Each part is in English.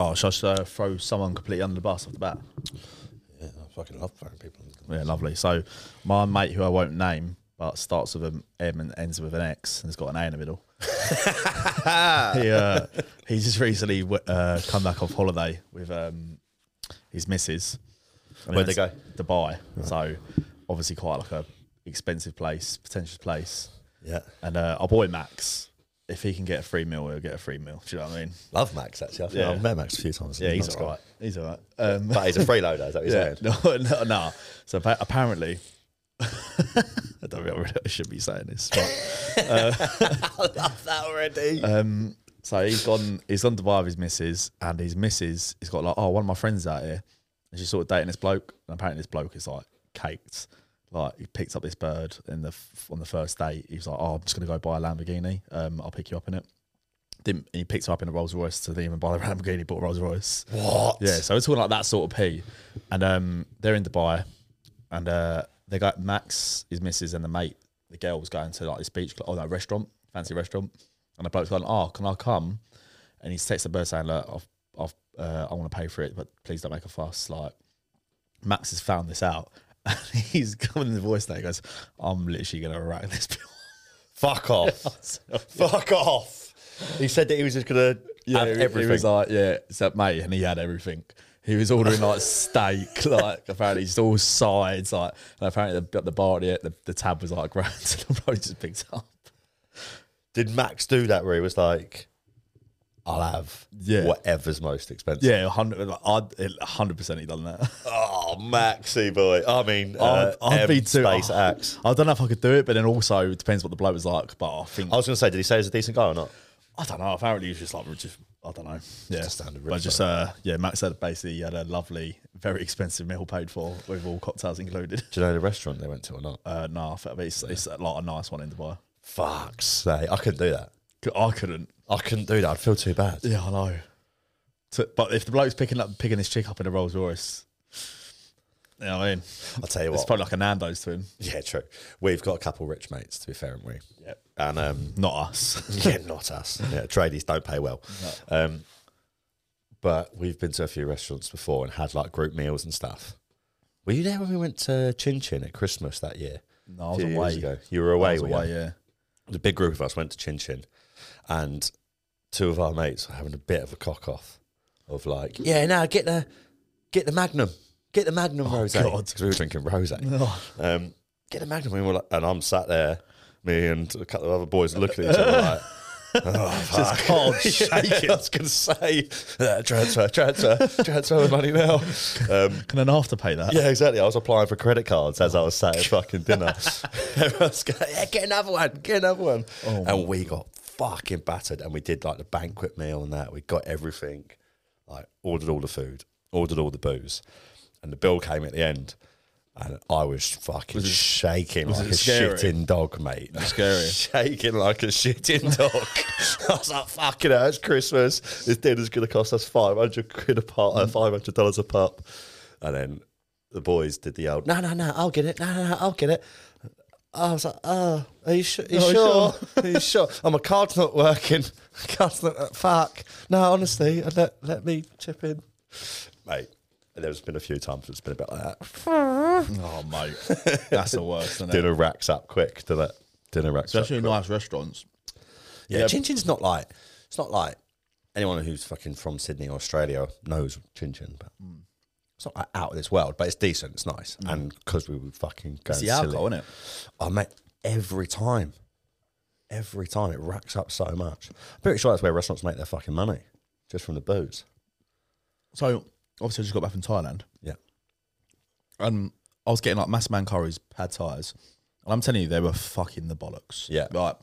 Oh, should I just, uh, throw someone completely under the bus off the bat? Yeah, I fucking love throwing people. Under the Yeah, lovely. So my mate, who I won't name, but starts with an M and ends with an X, and has got an A in the middle. he, uh, he's just recently w- uh, come back off holiday with um, his missus. And Where'd he they went to Dubai. So obviously quite like a expensive place, potential place. Yeah, And uh, our boy Max, if he can get a free meal, he'll get a free meal. Do you know what I mean? love Max actually. I think Yeah. I've met Max a few times. Yeah, he's Nice all guy. right. He's all right. Um, But he's a freeloader. Is that what you're saying? no, no, no. So appa- apparently, I don't know, I should be saying this. But, I love that already. um, so he's gone. He's gone to Dubai with his missus, and his missus has got like, oh, one of my friends out here, and she's sort of dating this bloke. And apparently, this bloke is like caked. Like he picked up this bird in the f- on the first date. He was like, oh, I'm just gonna go buy a Lamborghini. Um, I'll pick you up in it. Didn't he picked her up in a Rolls Royce to even buy the Lamborghini? Bought a Rolls Royce. what? Yeah, so we're talking like that sort of P. And um, they're in Dubai, and uh, they got Max, his missus, and the mate, the girl's going to like this beach club, oh no, restaurant, fancy restaurant. And the bloke's going, oh, can I come? And he texts the bird saying, look, I've, I've, uh, I want to pay for it, but please don't make a fuss. Like, Max has found this out. And he's coming in the voice now. He goes, I'm literally going to rack this bill. Fuck off. Fuck off. He said that he was just gonna have he- everything. He was like, yeah, it's that mate, and he had everything. He was ordering like steak, like apparently just all sides, like and apparently the, the bar the, the, the tab was like a grand, so the bloke just picked up. Did Max do that where he was like, "I'll have Yeah. whatever's most expensive"? Yeah, hundred, hundred percent, he done that. Oh, Maxi boy. I mean, uh, I'd, I'd M be too. space axe. I don't know if I could do it, but then also it depends what the bloke was like. But I think I was gonna say, did he say he's a decent guy or not? I don't know. Apparently, he was just like, just, I don't know. Yeah, a standard But rib just, uh, yeah, Max had basically he had a lovely, very expensive meal paid for with all cocktails included. Do you know the restaurant they went to or not? Uh, nah, I think it's, it's like a nice one in Dubai. Fuck's sake, I couldn't do that. C- I couldn't. I couldn't do that. I'd feel too bad. Yeah, I know. To- but if the bloke's picking up picking this chick up in a Rolls Royce, you know what I mean, I'll tell you it's what. probably like a Nando's to him. yeah, true. We've got a couple rich mates, to be fair, haven't we? Yep. And um, Not us. yeah, not us. Yeah, tradies don't pay well. Um, but we've been to a few restaurants before and had like group meals and stuff. Were you there when we went to Chin Chin at Christmas that year? No, I was Few years away. ago. You were I away. was were you? away. Yeah. the big group of us went to Chin Chin, and two of our mates were having a bit of a cock off of like, yeah, now get the get the Magnum, get the Magnum rosé Oh, God. because we were drinking rosé. Oh, Um, get the Magnum, and, we were like, and I'm sat there, me and a couple of other boys look at each other like. Oh, Just fuck. can't shake it. I was going to say, uh, transfer, transfer, transfer the money now. Um, can an after pay that? yeah, exactly. I was applying for credit cards as I was sat at fucking dinner. Everyone's going, yeah, get another one, get another one. Oh and we got fucking battered. And we did like the banquet meal and that. We got everything, like ordered all the food, ordered all the booze. And the bill came at the end. And I was fucking shaking like it a scary? shitting dog, mate. scary? shaking like a shitting dog. I was like, fucking hell, it's Christmas. This dinner's going to cost us 500 quid a pop, uh, $500 a pop. And then the boys did the old, no, no, no, I'll get it. No, no, no, I'll get it. I was like, oh, are you, su- are you Oh, sure? Are you sure? Oh, my card's not working. My card's not, uh, fuck. No, honestly, uh, let, let me chip in. Mate, there's been a few times it's been a bit like that. Oh, mate, that's the worst. Isn't it? Dinner racks up quick, does it? Dinner racks up. Especially in nice restaurants. Yeah, chin chin's not like it's not like anyone who's fucking from Sydney or Australia knows chin chin, but Hmm. it's not like out of this world. But it's decent, it's nice, and because we were fucking going It's the silly. alcohol, isn't it? I mate, every time, every time it racks up so much. I'm pretty sure that's where restaurants make their fucking money, just from the booze. So obviously, I just got back from Thailand. Yeah, and I was getting like mass man curries, pad tires, and I'm telling you, they were fucking the bollocks. Yeah. like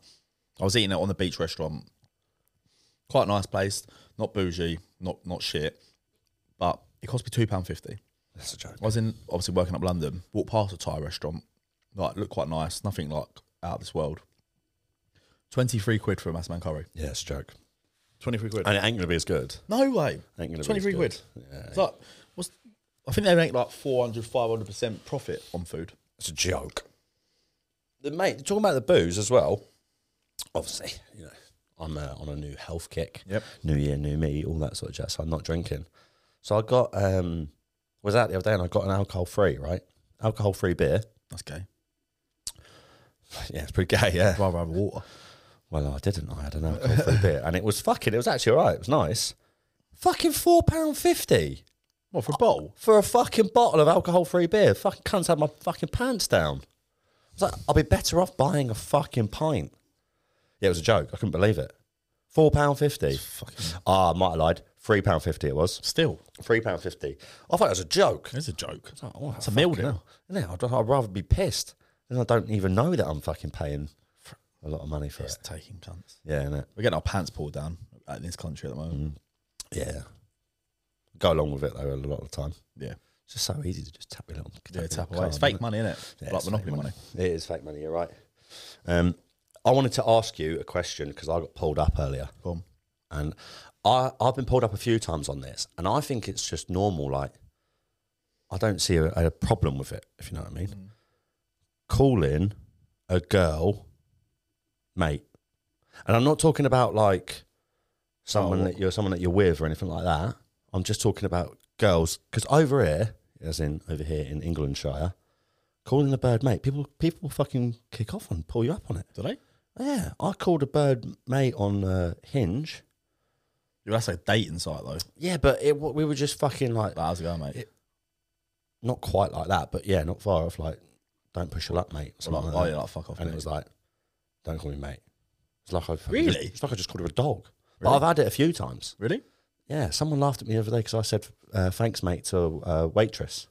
I was eating it on the beach restaurant, quite a nice place, not bougie, not not shit, but it cost me two pound fifty. that's a joke. I was in obviously working up London, walked past a Thai restaurant, like looked quite nice, nothing like out of this world. Twenty three quid for a mass man curry. Yeah, it's a joke. Twenty three quid. And it ain't gonna be as good. No way. Ain't gonna be Twenty three as good. quid. It's like, what's, I think they make like 400, 500 percent profit on food. It's a joke. The mate, talking about the booze as well. Obviously, you know, I'm uh, on a new health kick. Yep. New year, new me, all that sort of jazz. So I'm not drinking. So I got um was out the other day and I got an alcohol free, right? Alcohol free beer. That's gay. Yeah, it's pretty gay, yeah. Rather have water. Well, I didn't. I had an alcohol free beer, and it was fucking. It was actually all right. It was nice. Fucking four pound fifty What for a bottle? for a fucking bottle of alcohol free beer. Fucking cunts had my fucking pants down. I was like, I'll be better off buying a fucking pint. Yeah, it was a joke. I couldn't believe it. Four pound fifty. Ah, I might have lied. Three pound fifty. It was Still, three pound fifty. I thought it was a joke. it's a joke. I was like, oh, It's a meal fucking deal. hell. Innit? I'd, I'd rather be pissed than I don't even know that I'm fucking paying a lot of money for it. It's taking cunts. Yeah, innit? We're getting our pants pulled down in this country at the moment. Yeah. Go along with it though a lot of the time. Yeah. It's just so easy to just tap it on. Yeah, your tap away. card, It's isn't fake it? money, isn't it? Yeah, like it's fake monopoly money. It is fake money, you're right. Um, I wanted to ask you a question because I got pulled up earlier. Boom. And I, I've been pulled up a few times on this, and I think it's just normal. Like, I don't see a, a problem with it, if you know what I mean. Calling a girl mate, and I'm not talking about like someone Oh. that you're someone that you're with or anything like that. I'm just talking about girls because over here, as in over here in Englandshire, calling a bird mate, people people fucking kick off and pull you up on it. Do they? Yeah, I called a bird mate on uh, Hinge. Yeah, that's a dating site though. Yeah, but it, we were just fucking like, Like, how's it going, mate? It- not quite like that, but yeah, not far off. Like, don't push your luck, mate. Or Something like, like oh that. yeah, like fuck off. and it mate. was like, don't call me mate. It's like I fucking Really? just- it's like I just called her a dog. But Really? I've had it a few times. really? Yeah, someone laughed at me the other day because I said uh, thanks, mate, to a uh, waitress.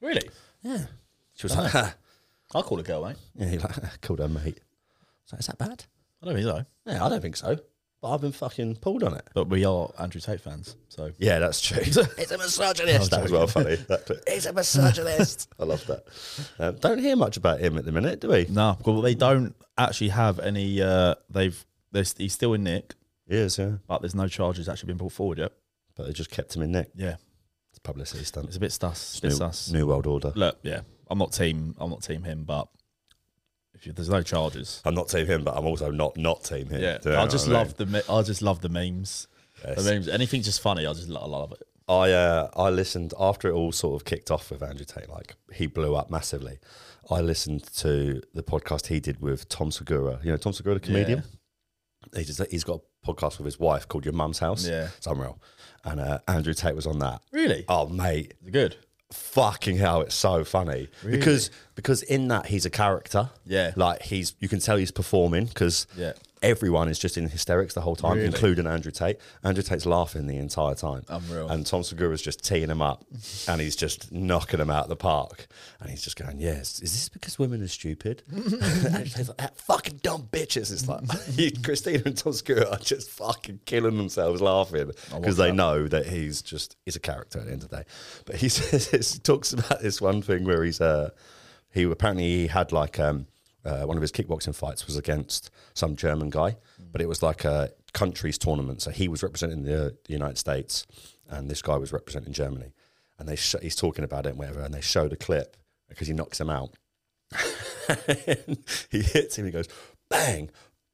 Really? Yeah, she was like, "Ha." I call a girl, mate. yeah, you like called her mate. So is that bad? I don't think so. Yeah, I don't think so. But I've been fucking pulled on it. But we are Andrew Tate fans, so Yeah, that's true. it's a misogynist. that was well funny. That clip. It's a misogynist. I love that. Um, don't hear much about him at the minute, do we? no. Well, they don't actually have any. Uh, they've they're, st- he's still in Nick, He is, yeah. but there's no charges actually been brought forward yet. But they just kept him in neck. Yeah, It's a publicity stunt. it's a bit sus. Bit new, sus. New World Order. Look, yeah, I'm not team. I'm not team him, but if you, there's no charges, I'm not team him, but I'm also not not team him. yeah, Do you know I what just mean? love the me- I just love the memes. Yes. The memes, anything just funny, I just lo- I love it. I uh, I listened after it all sort of kicked off with Andrew Tate, like he blew up massively. I listened to the podcast he did with Tom Segura. You know Tom Segura, the comedian. He just, he's got a podcast with his wife called Your Mum's House. Yeah. it's unreal. And uh, Andrew Tate was on that. Really, Oh mate, It's good. oh, fucking hell, it's so funny because because in that he's a character. Yeah. like he's you can tell he's performing because Yeah. everyone is just in hysterics the whole time, Really? including Andrew Tate. Andrew Tate's laughing the entire time. Unreal. And Tom Segura's just teeing him up, and he's just knocking him out of the park, and he's just going, "Yes, is this because women are stupid?" Andrew Tate's like, "Ah, "Fucking dumb bitches." It's like Christina and Tom Segura are just fucking killing themselves laughing because they know that he's just he's a character at the end of the day. But he says he talks about this one thing where he's uh he apparently he had like um uh, one of his kickboxing fights was against some German guy, but it was like a countries tournament. So he was representing the, the United States, and this guy was representing Germany. And they sh- he's talking about it and whatever, and they showed a clip because he knocks him out. he hits him. He goes, bang,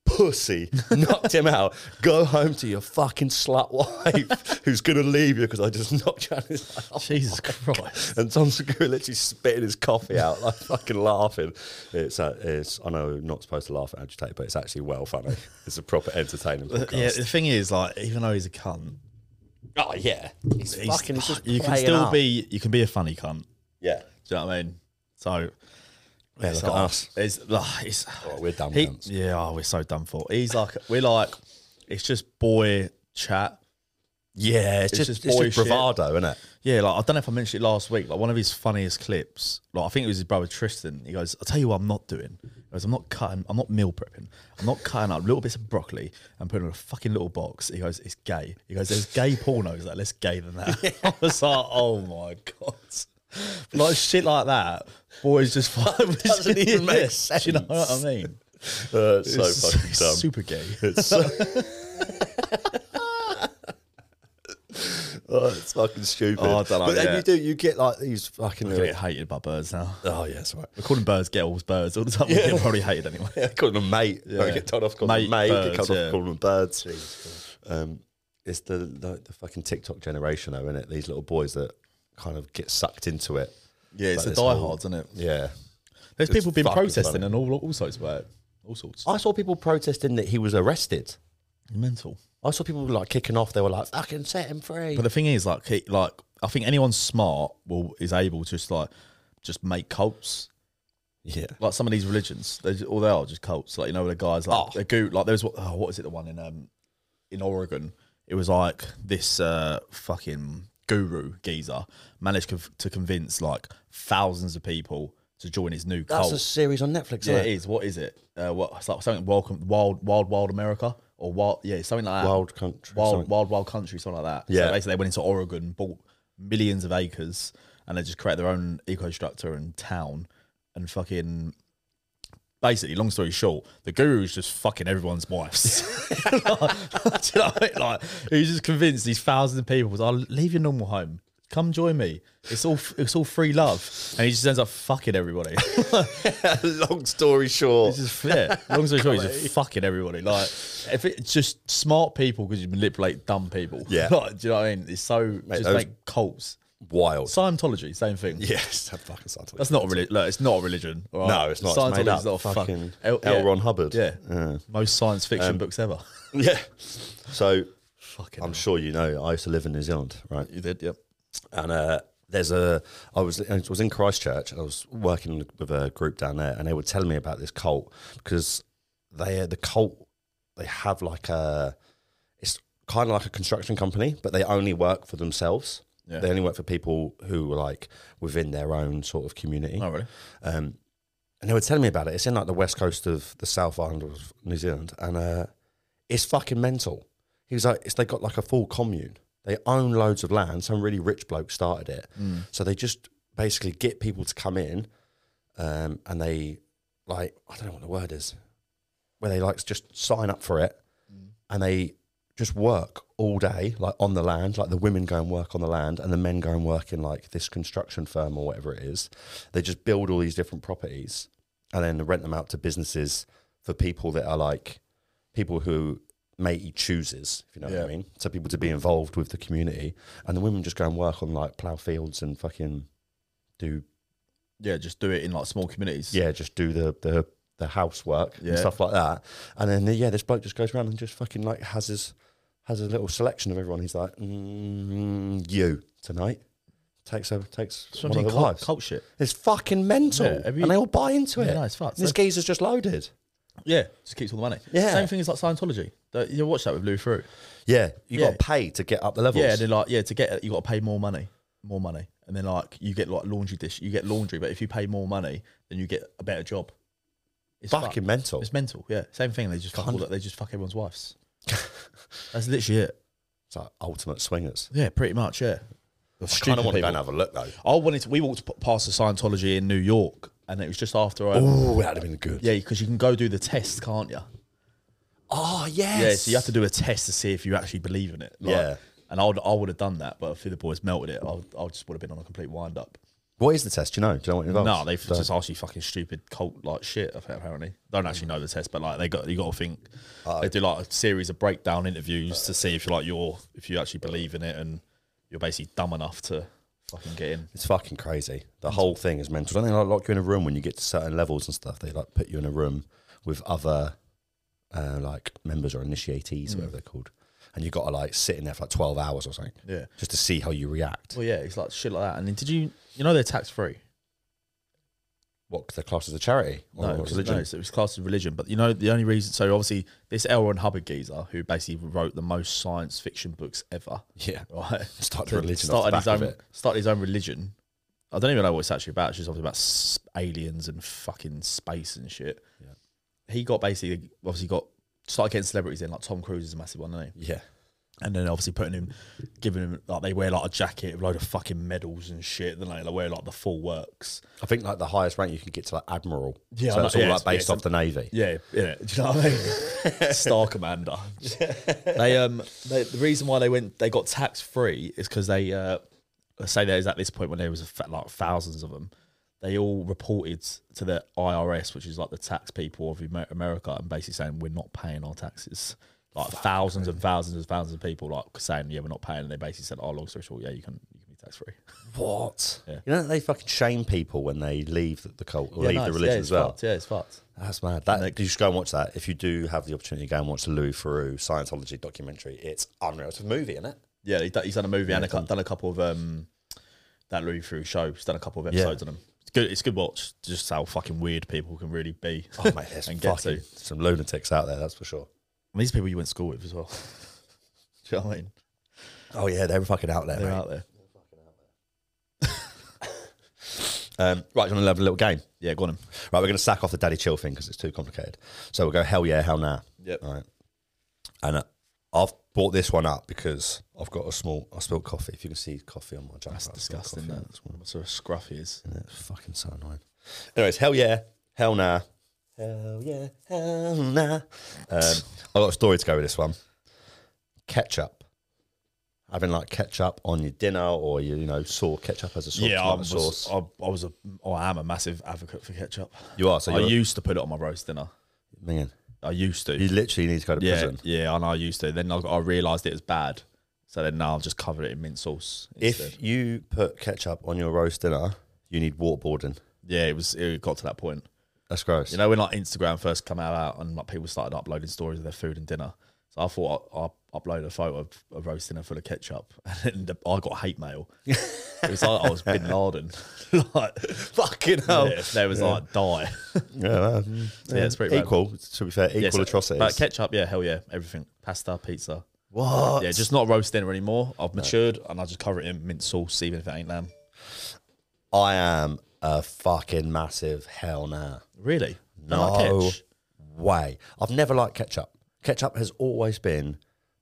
pussy, knocked him out. Go home to your fucking slut wife, who's gonna leave you because I just knocked you out. He's like, "Oh Jesus Christ. and Tom Segura literally spitting his coffee out, like fucking laughing. It's, uh, it's I know you're not supposed to laugh at agitate, but it's actually well funny. It's a proper entertaining podcast. Yeah, the thing is, like, even though he's a cunt, Oh yeah, he's, he's- fucking. He's just you can playing still up. be you can be a funny cunt. yeah. Do you know what I mean? So Yeah, look it's at like- us. It's, like, it's Oh, we're dumb he- cunts. yeah, oh, we're so done for. He's like we're like it's just boy chat. Yeah, it's, It's just, just it's boy just shit. bravado, isn't it? Yeah, like I don't know if I mentioned it last week. Like one of his funniest clips, like I think it was his brother Tristan. He goes, "I'll tell you what I'm not doing. He goes, I'm not cutting. I'm not meal prepping. I'm not cutting up little bits of broccoli and putting it in a fucking little box." He goes, "It's gay." He goes, "There's gay pornos like less gay than that." I was like, "Oh my god." Like shit like that, boys just fucking doesn't even make Do you know what I sense. mean? Uh, it's so It's fucking dumb. Super gay. It's so- Oh, it's fucking stupid. Oh, I don't know, but then yeah. you do, you get like these fucking. I get hated by birds now. oh yeah, that's right. We're calling birds girls birds all the time. We get probably hated anyway. Yeah, calling them mate. Yeah. Yeah. get told off calling them mate. Mate, get birds, told off yeah. calling them birds. Um, it's the, the the fucking TikTok generation though, isn't it? These little boys that kind of get sucked into it. Yeah, it's Like the this whole- diehards, isn't it? Yeah. There's It's people been fucking protesting funny. and all, all sorts about it. All sorts. I saw people protesting that he was arrested. Mental. I saw people like kicking off. They were like, "Fucking set him free." But the thing is, like, he, like I think anyone smart will is able to just like just make cults. yeah. Like some of these religions, they just, all they are just cults. Like you know, the guys like Oh. the goo. Like there was what? Oh, what is it? The one in um in Oregon. It was like this uh fucking guru geezer managed conv- to convince like thousands of people to join his new That's cult. a series on Netflix. Yeah, Yeah, it is. What is it? Uh, what it's like something welcome, wild, wild, wild America or wild, yeah, something like that. Wild Country, wild, something. wild, wild country, something like that. Yeah. So basically, they went into Oregon, bought millions of acres, and they just created their own eco structure and town, and fucking. Basically, long story short, the guru's just fucking everyone's wives. like, do you know what I mean? Like, he's just convinced these thousands of people, I'll leave your normal home. Come join me. It's all it's all free love. And he just ends up fucking everybody. Long story short, He's just yeah. Long story short, he's just fucking everybody. Like, if it's just smart people because you manipulate dumb people. Yeah. Like, do you know what I mean? It's so just those- make cults. wild. Scientology, same thing. yes, that fucking Scientology. That's not a religion. Look, it's not a religion. all right? No, it's not. It's made Scientology's up. not a fuck- Fucking El- L. Ron Hubbard. Yeah. Yeah. Most science fiction books ever. yeah. So Fucking. I'm sure you know. I used to live in New Zealand, right? you did, yep. and uh, there's a I was I was in Christchurch and I was working with a group down there, and they were telling me about this cult because they uh, the cult they have like a it's kind of like a construction company, but they only work for themselves. Yeah. They only work for people who are like within their own sort of community. Oh, really? Um, and they were telling me about it. It's in like the west coast of the South Island of New Zealand, and uh, it's fucking mental. He was like, it's, they got like a full commune. They own loads of land. Some really rich bloke started it, so they just basically get people to come in, um, and they like I don't know what the word is, where they like just sign up for it, and they just work all day like on the land like the women go and work on the land and the men go and work in like this construction firm or whatever it is they just build all these different properties and then rent them out to businesses for people that are like people who may he chooses if you know what Yeah. i mean so people to be involved with the community and the women just go and work on like plough fields and fucking do Yeah, just do it in like small communities. yeah just do the the the housework Yeah. and stuff like that and then yeah this bloke just goes around and just fucking like has his has a little selection of everyone he's like mm, you tonight takes over takes It's one of the cult, wives cult shit. it's fucking mental Yeah, have you- and they all buy into Yeah, it no, it's fucked. this So- geezer's just loaded Yeah, just keeps all the money. Yeah. Same thing as like Scientology. That- You watch that with Lou Through. yeah you Yeah. got to pay to get up the levels Yeah, they're like, yeah, to get it, you got to pay more money, more money, and then like you get like laundry dish, you get laundry, but if you pay more money, then you get a better job. It's fucking fucked. mental It's mental. Yeah, same thing. They just fuck all, they just fuck everyone's wives. That's literally it. it's like ultimate swingers Yeah, pretty much. Yeah. I kind of want to go people. and have a look though I wanted. To, we walked p- past the Scientology in New York, and it was just after I. oh that'd have been good Yeah, because you can go do the test, can't you? oh yes Yeah, so you have to do a test to see if you actually believe in it. Like, Yeah. And I would, I would have done that, but if the boys melted it, I, would, I just would have been on a complete wind up. what is the test do you know do you know what it involves No, they've just asked you fucking stupid cult like shit. appa- Apparently, don't actually know the test, but like they got you got to think. They do like a series of breakdown interviews to see if you like you're if you actually believe in it and you're basically dumb enough to fucking get in. It's fucking crazy. The whole thing is mental. Don't they like lock you in a room when you get to certain levels and stuff? They like put you in a room with other uh, like members or initiatees, Mm. whatever they're called, and you got to like sit in there for like twelve hours or something, Yeah. just to see how you react. Well, yeah, it's like shit like that. And then did you you know they're tax free? What the class as a charity or No, 'cause- religion? no, so it was classed as religion. But you know the only reason. So obviously this L. Ron Hubbard geezer who basically wrote the most science fiction books ever. Yeah, Right. started a religion. off started the his back of own it. started his own religion. I don't even know what it's actually about. It's just obviously about s- aliens and fucking space and shit. He got basically obviously got started getting celebrities in like Tom Cruise is a massive one, isn't he? Yeah, And then obviously putting him, giving him like they wear like a jacket with load of fucking medals and shit. Then like, they wear like the full works. I think like the highest rank you can get to like admiral. Yeah, so I it's know- all yeah, like it's- yeah, based it's- off the navy. Yeah, yeah. Do you know what I mean? Star Commander. they um they, the reason why they went they got tax free is because they uh let's say there's at this point when there was a fa- like thousands of them, they all reported to the IRS, which is like the tax people of Amer- America, and basically saying we're not paying our taxes. Like thousands and thousands and thousands of people like saying yeah we're not paying, and they basically said oh long story short yeah you can you can be tax free. What? Yeah. You know that they fucking shame people when they leave the cult, or leave no, the it's- yeah, religion as it's well. fucked, Yeah, it's fucked. That's mad. That you should go and watch that if you do have the opportunity. Go and watch the Lou Ferrou Scientology documentary. It's unreal. It's a movie, isn't it? Yeah, he's done, he's done a movie and a, cou- done a couple of um, that Louis through show. He's done a couple of Yeah. episodes on them. It's good. It's good watch. Just how fucking weird people can really be. Oh mate, there's And get fucking to. some lunatics out there. That's for sure. And these people you went to school with as well. Do you know what I mean? Oh yeah, they're fucking out there, They're mate. out there. Um, right, do you want to have a little game? Yeah, go on. Him. Right, we're going to sack off the daddy chill thing because it's too complicated. So we'll go hell yeah, hell nah. Yep. All right. And uh, I've bought this one up because I've got a small. I spilled coffee. If you can see coffee on my jumper, That's I spilled disgusting. coffee on That. this one. Sort of scruff he is. And it's fucking so annoying. Anyways, hell yeah, hell nah, hell yeah, hell nah. Um, I got a story to go with this one. Ketchup. Having like ketchup on your dinner, or you, you know, saw ketchup as a sauce. Yeah, I tomato was. sauce. I, I was a. Oh, I am a massive advocate for ketchup. you are. So I you're, you, used to put it on my roast dinner. man, I used to. you literally need to go to yeah, prison. yeah. I know. I used to. Then I, I realised it was bad. So then now I've just covered it in mint sauce. instead. If you put ketchup on your roast dinner, you need waterboarding. yeah, it was. It got to that point. That's gross. You know when like Instagram first came out and like people started uploading stories of their food and dinner. So I thought I- I'll upload a photo of a roast dinner full of ketchup, and then I got hate mail. it was like I was Bin Laden. like, fucking hell. yeah, there was like die. Yeah, no, yeah, it's pretty bad. equal. To be fair, equal Yeah, so- atrocities. But ketchup, yeah, hell yeah, everything, pasta, pizza, what? yeah, just not roast dinner anymore. I've matured and I just cover it in mint sauce, even if it ain't lamb. I am a fucking massive hell nah. Really? Don't like No ketch? way. I've never liked ketchup. Ketchup has always been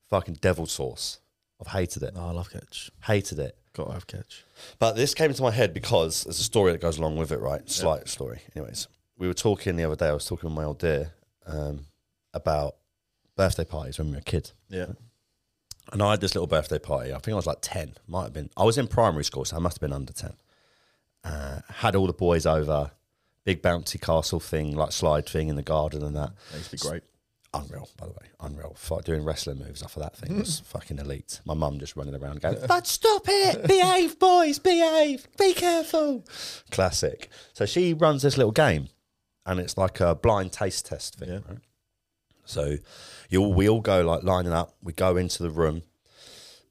fucking devil sauce. I've hated it. No, I love ketch. Hated it. Gotta have ketch. But this came into my head because there's a story that goes along with it, right? Slight story. Anyways, we were talking the other day. I was talking with my old dear um, about birthday parties when we were a kid. Yeah. And I had this little birthday party. I think I was like 10, might have been. I was in primary school, so I must have been under 10. Uh, had all the boys over, big bouncy castle thing, like slide thing in the garden and that. That used to be great. Unreal, by the way, unreal. Fuck, doing wrestling moves off of that thing was fucking elite. My mum just running around going, but stop it, behave, boys, behave, be careful. Classic. So she runs this little game, and it's like a blind taste test thing. Right? So you all, we all go like lining up. We go into the room.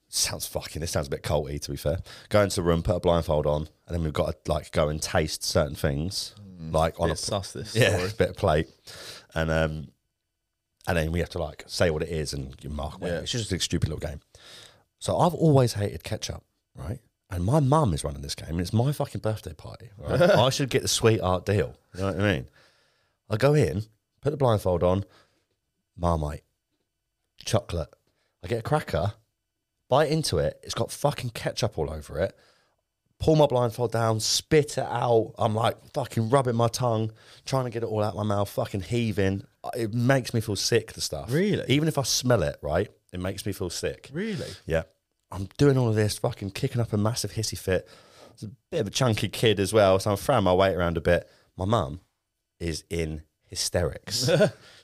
Sounds fucking. This sounds a bit culty, to be fair. Go into the room, put a blindfold on, and then we've got to like go and taste certain things, like on a Bit sus this. yeah, story. bit of plate, and um, and then we have to like say what it is and you mark. Yeah. Yeah. It's just a stupid little game. So I've always hated ketchup, right? And my mum is running this game, and it's my fucking birthday party. Right? I should get the sweetheart deal. You know what I mean? I go in, put the blindfold on, marmite, chocolate. I get a cracker, bite into it. It's got fucking ketchup all over it. Pull my blindfold down, spit it out. I'm like fucking rubbing my tongue, trying to get it all out my mouth, fucking heaving. It makes me feel sick, the stuff. Really? Even if I smell it, right? It makes me feel sick. Really? Yeah. I'm doing all of this, fucking kicking up a massive hissy fit. I was a bit of a chunky kid as well, so I'm throwing my weight around a bit. My mum is in hysterics.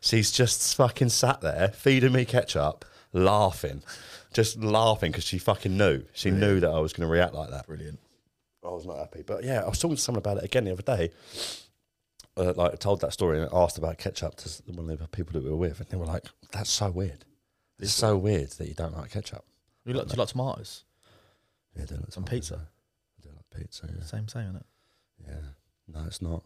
She's just fucking sat there feeding me ketchup, laughing, just laughing because she fucking knew. She knew that I was going to react like that. Brilliant. I was not happy. But yeah, I was talking to someone about it again the other day. Uh, like I told that story and asked about ketchup to s- one of the people that we were with, and they were like, "That's so weird. It's so weird that you don't like ketchup." You like, do you like tomatoes? Yeah, I don't like Some tomatoes, pizza. yeah. I don't like pizza. Yeah. Same, same, isn't it? yeah. No, it's not.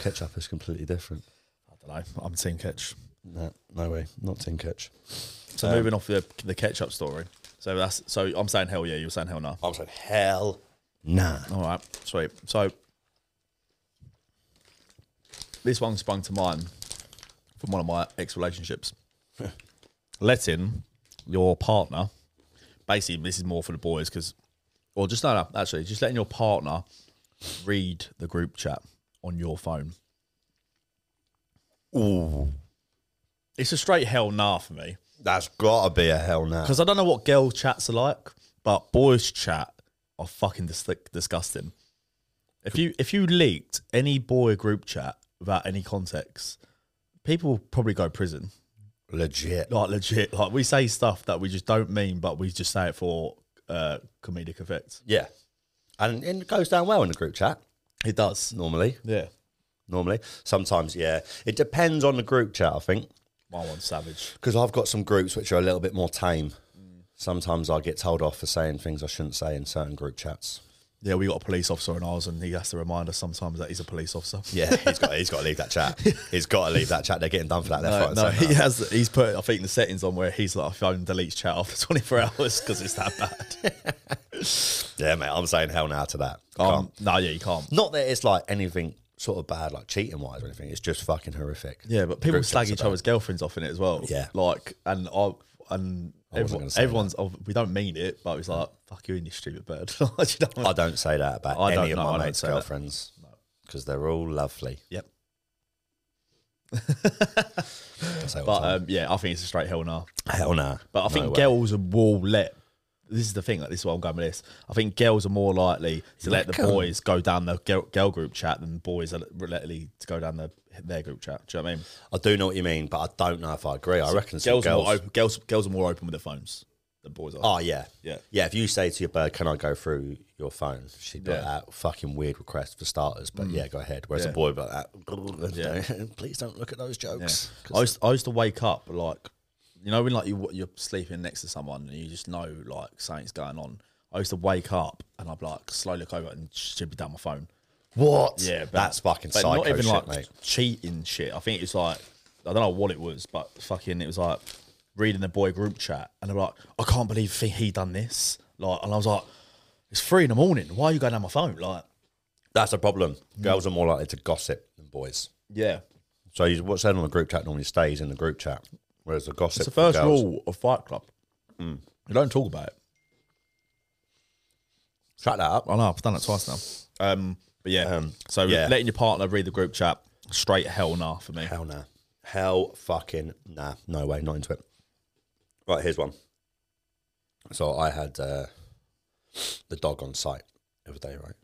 Ketchup is completely different. I don't know. I'm team catch. No, no way. Not team catch. So moving off the the ketchup story. So that's so I'm saying hell yeah. You're saying hell no. I was like, hell nah. All right, sweet. So this one sprung to mind from one of my ex relationships. Letting your partner basically this is more for the boys because, or just no, no, actually, just letting your partner read the group chat on your phone. Ooh, It's a straight hell nah for me that's gotta be a hell now. because I don't know what girl chats are like, but boys chat are fucking dis- disgusting. If you if you leaked any boy group chat without any context, people will probably go prison. Legit. Like legit, like we say stuff that we just don't mean, but we just say it for uh, comedic effect. Yeah, and, and it goes down well in the group chat It does. normally. Yeah, Normally, sometimes yeah, it depends on the group chat. I think my one's savage. because I've got some groups which are a little bit more tame. Sometimes I get told off for saying things I shouldn't say in certain group chats. Yeah, we got a police officer in ours, and he has to remind us sometimes that he's a police officer. Yeah, he's got he's got to leave that chat. He's got to leave that chat. They're getting done for that. Left, right, No, and no, centre. he has. He's put, I think, the settings on where he's like, phone deletes chat after 24 hours because it's that bad. Yeah, mate, I'm saying hell now to that. Can't- Um, no, yeah, you can't. Not that it's like anything sort of bad, like cheating wise or anything. It's just fucking horrific. Yeah, but people Group slag chats each are other's girlfriends off in it as well. Yeah. like, and I and everyone, gonna say everyone's. Of, we don't mean it, but it's like, fuck you, and you stupid bird. You know what I bad. I mean? don't say that about I don't any of know, I my don't mates' say that. girlfriends because they're all lovely. Yep. I say all the But time, um, yeah, I think it's a straight hell nah. hell nah. But I think girls will let. This is the thing. Like, this is why I'm going with this. I think girls are more likely to let the Reckon? boys go down the girl, girl group chat than boys are likely to go down the, their group chat. Do you know what I mean? I do know what you mean, but I don't know if I agree. I reckon some Girls, girls. Are more open, girls, girls are more open with their phones than boys are. oh yeah, Yeah. yeah. If you say to your bird, "Can I go through your phone?" She'd be like, Yeah. Mm. "That fucking weird request for starters." But yeah, go ahead. Whereas Yeah. a boy would be like that. Please don't look at those jokes. I used, I used to wake up like, you know, when like you you're sleeping next to someone and you just know like something's going on. I used to wake up and I'd like slowly look over and she'd be down my phone. What? Yeah, but, that's fucking but psycho Not even shit, like mate. cheating shit. I think it's like I don't know what it was, but fucking it was like reading the boy group chat, and they're like, I can't believe he- he done this. Like, and I was like, it's three in the morning. Why are you going down my phone? Like, That's a problem. Mm. Girls are more likely to gossip than boys. yeah. So you, what's said on the group chat normally stays in the group chat, whereas the gossip. It's the first from girls, rule of Fight Club. You don't talk about it. Shut that up. I know I've done it twice now. Um, but yeah, so yeah. letting your partner read the group chat straight hell nah for me. Hell nah. Hell fucking nah. No way. Not into it. Right, here's one. So I had uh, the dog on site the other day, right?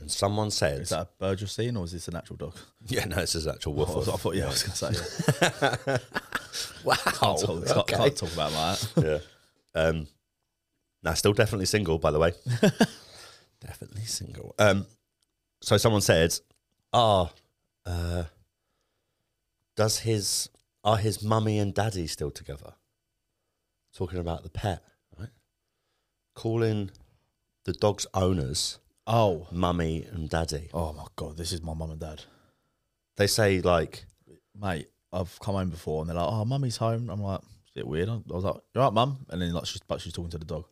And someone said, Is that a bird you're seeing, or is this an actual dog? "Yeah, no, this is actual I thought, I wolf." thought yeah, I was gonna say. wow. Can't, talk, Okay. can't talk about that. yeah. Um, nah, still definitely single, by the way. definitely single. Um, so someone said, "Ah, uh, does his are his mummy and daddy still together?" Talking about the pet, right? Calling the dog's owners Oh, mummy and daddy. oh my god, this is my mum and dad, They say like, mate. I've come home before, and they're like, "Oh, mummy's home." I'm like, "Is it weird?" I was like, "You're right, mum," and then like she's but she's talking to the dog.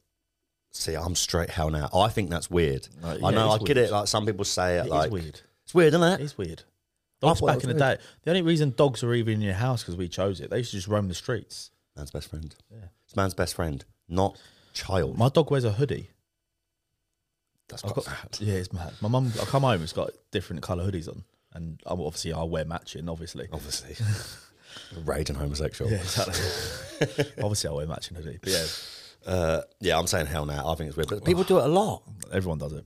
"See, I'm straight hell now." I think that's weird. No, yeah, I know I it's get weird. it. Like some people say it, It is like weird. it's weird, isn't it? It's weird. Dogs thought it back was in the day. weird. The only reason dogs are even in your house because we chose it. They used to just roam the streets. Man's best friend. Yeah. It's man's best friend, not child. My dog wears a hoodie. That's I've got- not bad. Yeah, it's mad. My mum, I come home, it's got different colour hoodies on. And I'm, obviously, I wear matching, obviously. Obviously. Raging homosexual. Yeah, exactly. obviously, I wear matching hoodie. But yeah, Uh, yeah, I'm saying hell now. I think it's weird. But people do it a lot. everyone does it.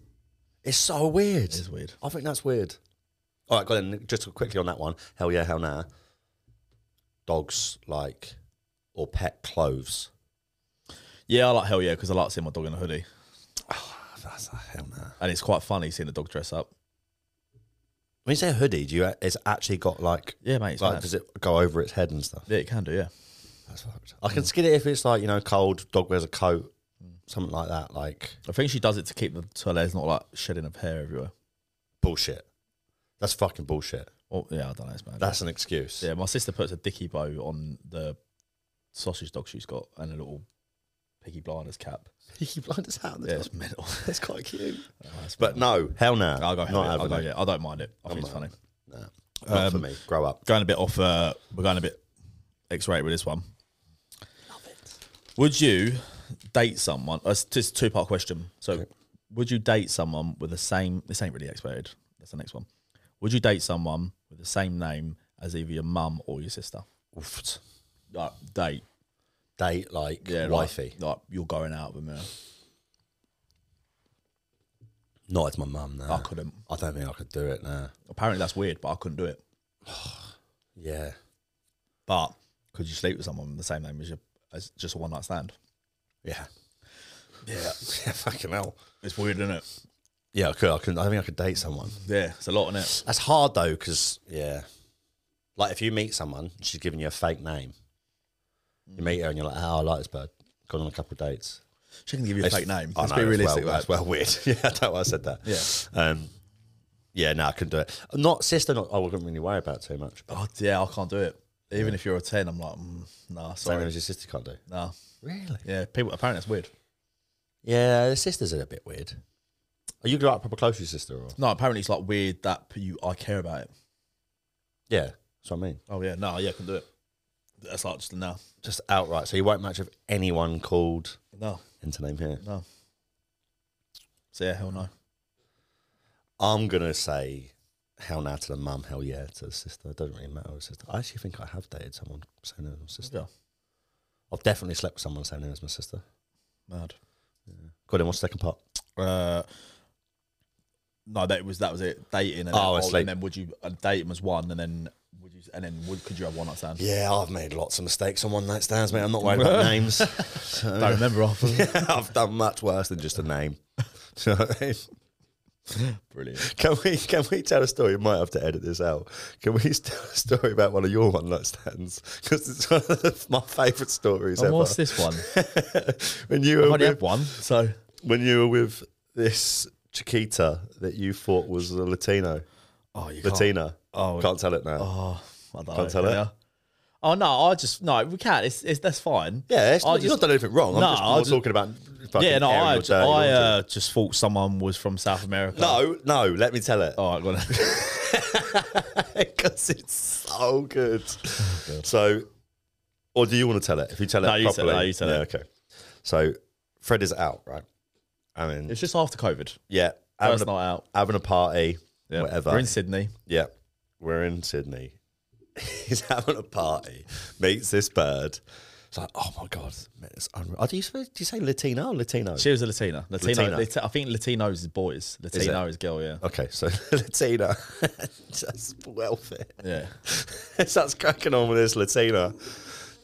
It's so weird. It's weird. I think that's weird. All right, go then. Just quickly on that one. Hell yeah, hell nah. Dogs like or pet clothes. Yeah, I like hell yeah because I like seeing my dog in a hoodie. Oh, That's a hell nah. And it's quite funny seeing the dog dress up. When you say a hoodie, do you? It's actually got like, Yeah, mate. It's like mad. does it go over its head and stuff? Yeah, it can do, yeah. That's fucked. I Mm. can skid it if it's like you know cold. Dog wears a coat, something like that. Like I think she does it to keep the so there's not like shedding of hair everywhere. bullshit. That's fucking bullshit. Oh, yeah, I don't know, it's mad. That's an excuse. Yeah, my sister puts a dicky bow on the sausage dog she's got and a little piggy blinders cap. Peaky Blinders hat. on the Yeah, top. it's mental. That's quite cute. That's But no, hell no. I'll go. Not Not I'll having go. it. Yeah, Um, I don't mind it. I think it's funny. Nah. Not for me. Grow up. Going a bit off. Uh, we're going a bit X-rated with this one. Love it. Would you date someone? uh, It's just two part question. So, would you date someone with the same? This ain't really expired. That's the next one. Would you date someone with the same name as either your mum or your sister? Oof. Like date, Date like yeah, like- wifey. Like, you're going out with me. Not as my mum now. I couldn't. I don't think I could do it now. Apparently that's weird, but I couldn't do it. Yeah. But could you sleep with someone with the same name as your as just a one night stand? Yeah. Yeah. yeah. Fucking hell. It's weird, isn't it? Yeah, I could. I could. I think I could date someone. Yeah, it's a lot in it. That's hard though, because yeah, like if you meet someone, she's giving you a fake name. You meet her and you're like, "Oh, I like this bird." Gone on a couple of dates. She can give you a fake name. I Let's know, be it's realistic. Well, Well, that's well weird. yeah, I don't know why I said that. Yeah. Um, yeah, no, I couldn't do it. Not sister. Not. I wouldn't really worry about too much. But oh, yeah, I can't do it. Even if you're a ten, I'm like, mm, nah, same sorry, as your sister can't do. nah. Really? Yeah, people. Apparently, it's weird. Yeah, the sisters are a bit weird. Are you like proper close to your sister or? No, apparently it's like weird that you I care about it. Yeah, that's what I mean. Oh yeah, no, yeah, I can do it. That's like just no, Just outright. So you won't match with anyone called no, into name here. no. So yeah, hell no. I'm gonna say hell now to the mum, hell yeah to the sister. It doesn't really matter with sister. I actually think I have dated someone same name as my sister. Yeah, I've definitely slept with someone same name as my sister. mad. Go on, then, what's the second part? Uh, no, that was that was it. Dating and, Oh, I then, see. and then would you and dating was one, and then would you and then would, could you have one night stand? Yeah, I've made lots of mistakes on one night stands, mate. I'm not worried about names. So, Don't remember off. I've done much worse than just a name. Do you know what I mean? Brilliant. Can we can we tell a story? You might have to edit this out. Can we tell a story about one of your one night stands? Because it's one of my favourite stories And ever. what's this one? When you were I already with- have one, so when you were with this Chiquita that you thought was a Latino, oh, you can't. Latina. Oh. can't tell it now. Oh, I don't Can't know, tell it? yeah. Oh no, I just no, we can't. It's, it's that's fine. Yeah, it's I not, you've not done anything wrong. I'm No, just, I more just- talking about. fucking yeah, no, airing I, your ju- dirty I laundry. uh, just thought someone was from South America. no, no, let me tell it All right, go on. because it's so good. so, or do you want to tell it? If you tell it No, you tell it, properly, no, you tell yeah, it. Okay. So, Fred is out, right? I mean, it's just after COVID. yeah, First having a, night out. having a party, Yeah. whatever. We're in Sydney. Yeah, we're in Sydney. He's having a party, meets this bird. It's like, oh my god, man, it's unreal. Oh, do you say, do you say Latino or Latino? She was a Latina. Latino. Latina. Lati- I think Latinos is boys. Latino is, girl. Yeah. Okay, so Latino, just welfare. Yeah. Starts cracking on with this Latina.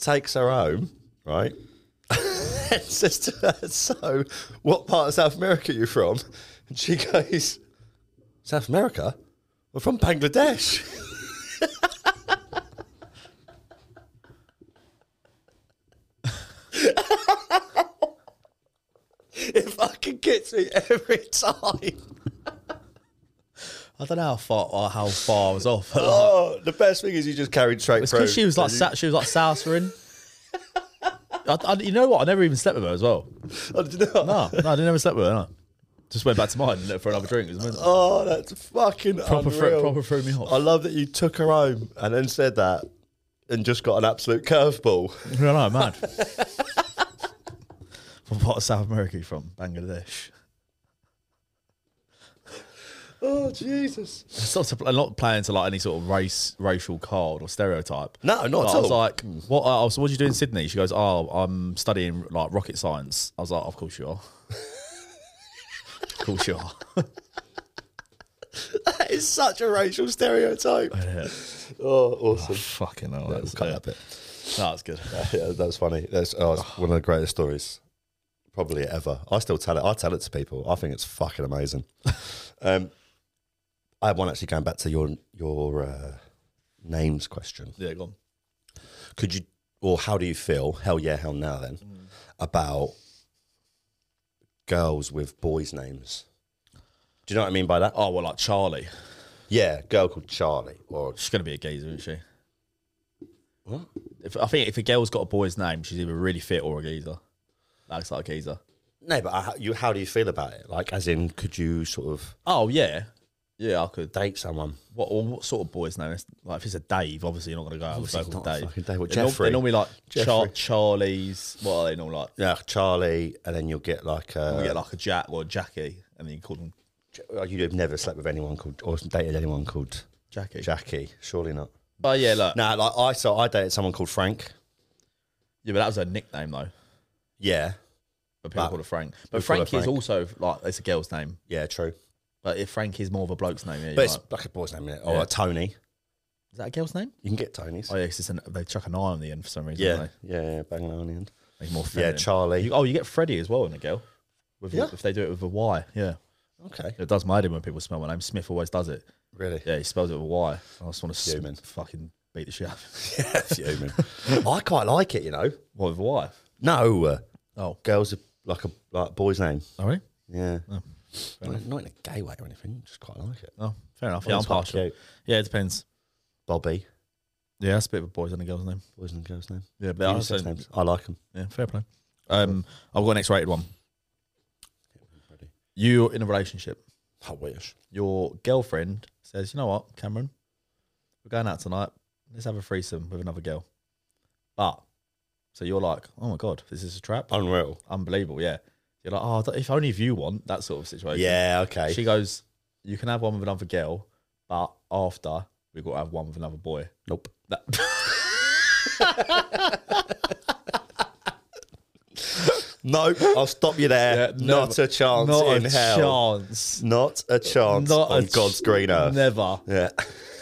Takes her home, right? and says to her, so what part of South America are you from? And she goes, South America? We're from Bangladesh. it fucking gets me every time. I don't know how far or how far I was off. It's Oh, the best thing is you just carried straight through. because she was like And you- sa- she was like sousering. I, I, you know what? I never even slept with her as well. Ah, Oh, do you know what? No, no, I didn't ever slept with her. No. Just went back to mine for another drink. It was mental. Oh, that's fucking proper, threw, unreal. proper threw me I off. love that you took her home and then said that and just got an absolute curveball. I don't know, mad. from part of South America? you From Bangladesh. Oh, Jesus. It's not, to, I'm not playing to like any sort of race, racial card or stereotype. No, not But at I was all. like, what? I was, what do you do in Sydney? She goes, oh, I'm studying like rocket science. I was like, of course you are. of course you are. That is such a racial stereotype. Yeah. Oh, awesome. Fucking hell. that's, cut yeah. that bit. No, that's good. Yeah, that's funny. That's oh, it's one of the greatest stories probably ever. I still tell it. I tell it to people. I think it's fucking amazing. um, I have one actually going back to your your uh, names question. Yeah, go on. could you or how do you feel hell yeah hell now then about girls with boys names do you know what i mean by that Oh, well, like Charlie. yeah girl called charlie or She's going to be a geezer, isn't she? what If, I think if a girl's got a boy's name, she's either really fit or a geezer. That's like a geezer. no but I, you how do you feel about it like as in could you sort of Oh yeah, Yeah, I could. Date someone. What or what sort of boy's name? It's- Like if it's a Dave, obviously you're not going to go out with Obviously a bloke not called a Dave. fucking Dave. What, They're nor- Jeffrey? They're normally like Char- Jeffrey. Charlie's. What are they normally like? Yeah, Charlie, and then you'll get like uh, You a. get like a Jack or a Jackie, and then you call them You'd have never slept with anyone called or dated anyone called Jackie. Jackie. Surely not. Oh yeah, look. No, like I so I dated someone called Frank. Yeah, but that was a nickname though. Yeah, But people But- call it Frank. But call her Frankie is Frank. also like it's a girl's name. yeah, true. But if Frankie is more of a bloke's name, yeah, you're But it's right. like a boy's name, is Oh, Yeah. Tony. is that a girl's name? You can get Tonys. Oh yeah, 'cause it's an, they chuck an eye on the end for some reason. yeah, don't yeah, yeah, bang on the end. they? Make it more Yeah, feminine. Charlie. You- oh, you get Freddie as well in a girl. With, Yeah. If they do it with a Y, yeah, okay, it does my head in when people spell my name. Smith always does it. really. Yeah, he spells it with a Y. I just want to Human. fucking beat the shit out. of him. Human. I quite like it, you know. What with a Y? No, uh, Oh, girls are like a like boy's name. all right. Yeah, not, not in a gay way or anything. Just quite like it. Oh, fair enough. Yeah, I'm It's quite partial. cute. Yeah, it depends. Bobby, Yeah, that's a bit of a boy's and a girl's name. boys and girls name. Yeah, but I Unisex also- names. I like them. Yeah, fair play. Um, I've got an X-rated one. You're in a relationship. I wish. Your girlfriend says, "You know what, Cameron? We're going out tonight. Let's have a threesome with another girl." But so you're like, "Oh my god, this is a trap! Unreal. Unbelievable!" Yeah, you're like, "Oh, if only if you want that sort of situation." Yeah. Okay. She goes, "You can have one with another girl, but after we've got to have one with another boy." nope. That- Nope. I'll stop you there. Yeah, never. not a chance Not in a hell. chance. Not a chance Not on a ch- God's green earth. Never, yeah.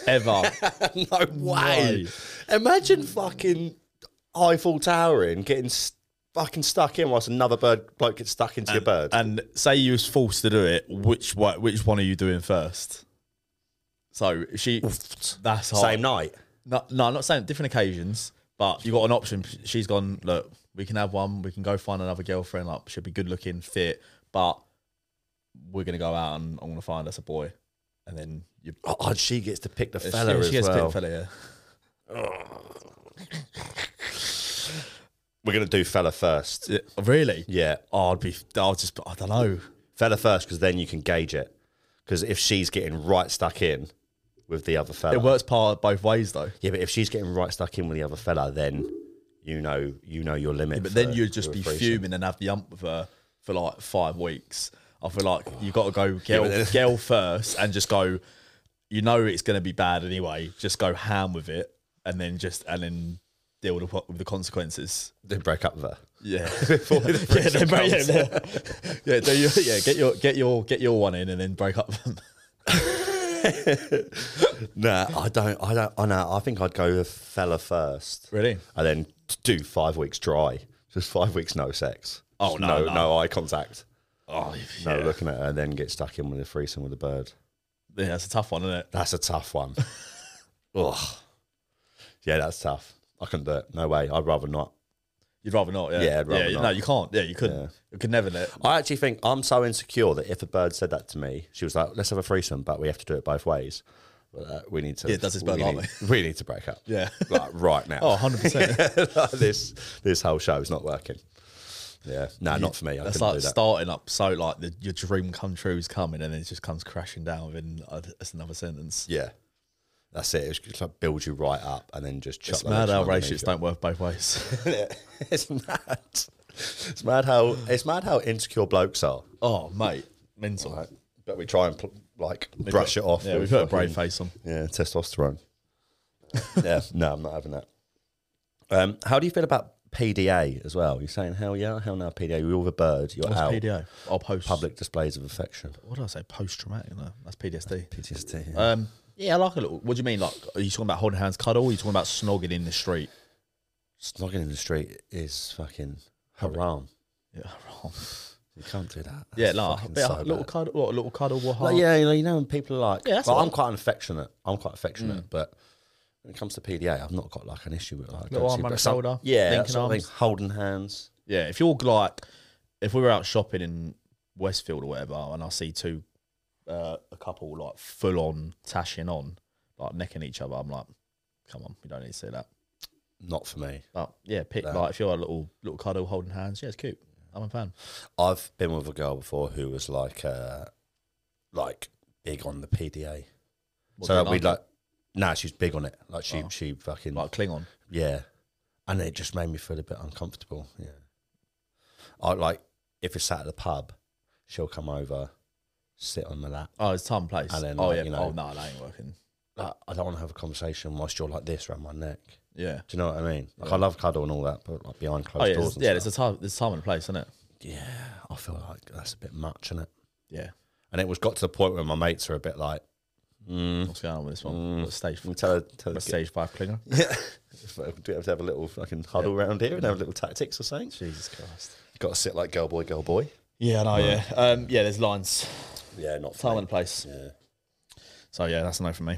ever. no way. Imagine fucking Eiffel Tower in getting s fucking stuck in whilst another bird bloke gets stuck into your bird. and say you was forced to do it, which one, which one are you doing first? So she, that's hard. Same night. No, no, I'm not saying different occasions, but you got an option. She's gone. Look, we can have one. We can go find another girlfriend. Like she'll be good looking, fit, but we're gonna go out and I'm gonna find us a boy, and then you. Oh, oh, she gets to pick the fella she, she gets as a bit well. of fella, yeah. We're gonna do fella first. Yeah, Really? Yeah, Oh, I'd be. I'll just. I don't know. fella first because then you can gauge it. Because if she's getting right stuck in with the other fella, It works part both ways though. yeah, but if she's getting right stuck in with the other fella, then you know you know your limit. But for- then you'd just for a be threesome. fuming and have the ump with her for like five weeks. I feel like you got to go girl, but then- girl first and just go. You know it's going to be bad anyway. Just go ham with it, and then just and then deal with the, with the consequences. Then break up with her. Yeah, yeah, then break- yeah, yeah. yeah, do your, yeah. Get your get your get your one in, and then break up. Nah, I don't. I don't. I know. I think I'd go with fella first, really? and then t- do five weeks dry. Just five weeks no sex. Oh, Just no, no, no. eye contact. Oh, No yeah. looking at her, and then get stuck in with a threesome with a bird. yeah, that's a tough one, isn't it? That's a tough one. Ugh. Yeah, that's tough. I couldn't do it. No way. I'd rather not. You'd rather not. Yeah, Yeah, I'd rather you- not. No, you can't. Yeah, you couldn't. You could never. Let, I actually think I'm so insecure that if a bird said that to me, she was like, "Let's have a threesome, but we have to do it both ways. But, uh, we need to. Yeah, does this bird we like need, we need to break up. yeah. like right now. Oh, 100 percent. Like, this this whole show is not working. Yeah, no, not for me. I That's couldn't like do that. starting up so like the, your dream come true is coming and then it just comes crashing down within uh, that's another sentence. yeah, that's it. It's just like build you right up and then just. chuck It's the mad lotion how underneath relationships it. don't work both ways. it's mad. It's mad how it's mad how insecure blokes are. oh mate, mental. But we try and pl- like brush it off. Yeah, we with put a fucking- brave face on. Yeah, testosterone. yeah, no, I'm not having that. Um, how do you feel about PDA as well? You're saying hell yeah, hell no, PDA. You're with a bird. You're What's out. PDA? I'll post. Public displays of affection. What did I say? Post traumatic. No, that's PTSD. PTSD. yeah. Um, yeah, I like a little. What do you mean? Like, are you talking about holding hands, cuddle? Or are you talking about snogging in the street? Snogging in the street is fucking haram. Yeah, wrong. You can't do that. yeah, That's no, a fucking bit- so little bad. cuddle, what, a little cuddle, what, Like, yeah, you know, you know when people are like, Yeah, that's Mm. well, all I'm quite affectionate. I'm quite affectionate, but when it comes to PDA, I've not got like an issue with like I Little don't arm around see- but the some- shoulder, yeah, that linking sort of thing. arms. holding hands. Yeah, if you're like, if we were out shopping in Westfield or whatever, and I see two, uh, a couple like full on tashing on, like necking each other, I'm like, come on, we don't need to see that. Not for me. But yeah, pick like if you're a little little cuddle holding hands, yeah, it's cute. I'm a fan. I've been with a girl before who was like, uh, like big on the PDA. What, so didn't that we'd like Oh. like, nah, she was big on it. Like she, she fucking, like Klingon. yeah. And it just made me feel a bit uncomfortable. Yeah. I like, if it's sat at the pub, she'll come over, sit on my lap. Oh, it's time and place. And then, oh like, yeah. you know- oh no, that ain't working. Like, I don't want to have a conversation whilst you're like this around my neck. Yeah. Do you know what I mean? Like, I love cuddle and all that, but like behind Oh closed yeah. There's, doors and yeah. stuff. There's a time. There's time and place, isn't it? yeah, I feel like that's a bit much, is it? Yeah. And it was got to the point where my mates are a bit like, mm, What's going on with this one? Got stage. we tell her, tell her got stage five Klingon. Yeah. Do we have to have a little fucking huddle around here and have little tactics or something? Jesus Christ. Got to sit like girl, boy, girl, boy. Yeah. No. Yeah. Um. Yeah. There's lines. Yeah, not Time fun. and place. Yeah. So yeah, that's a no from me.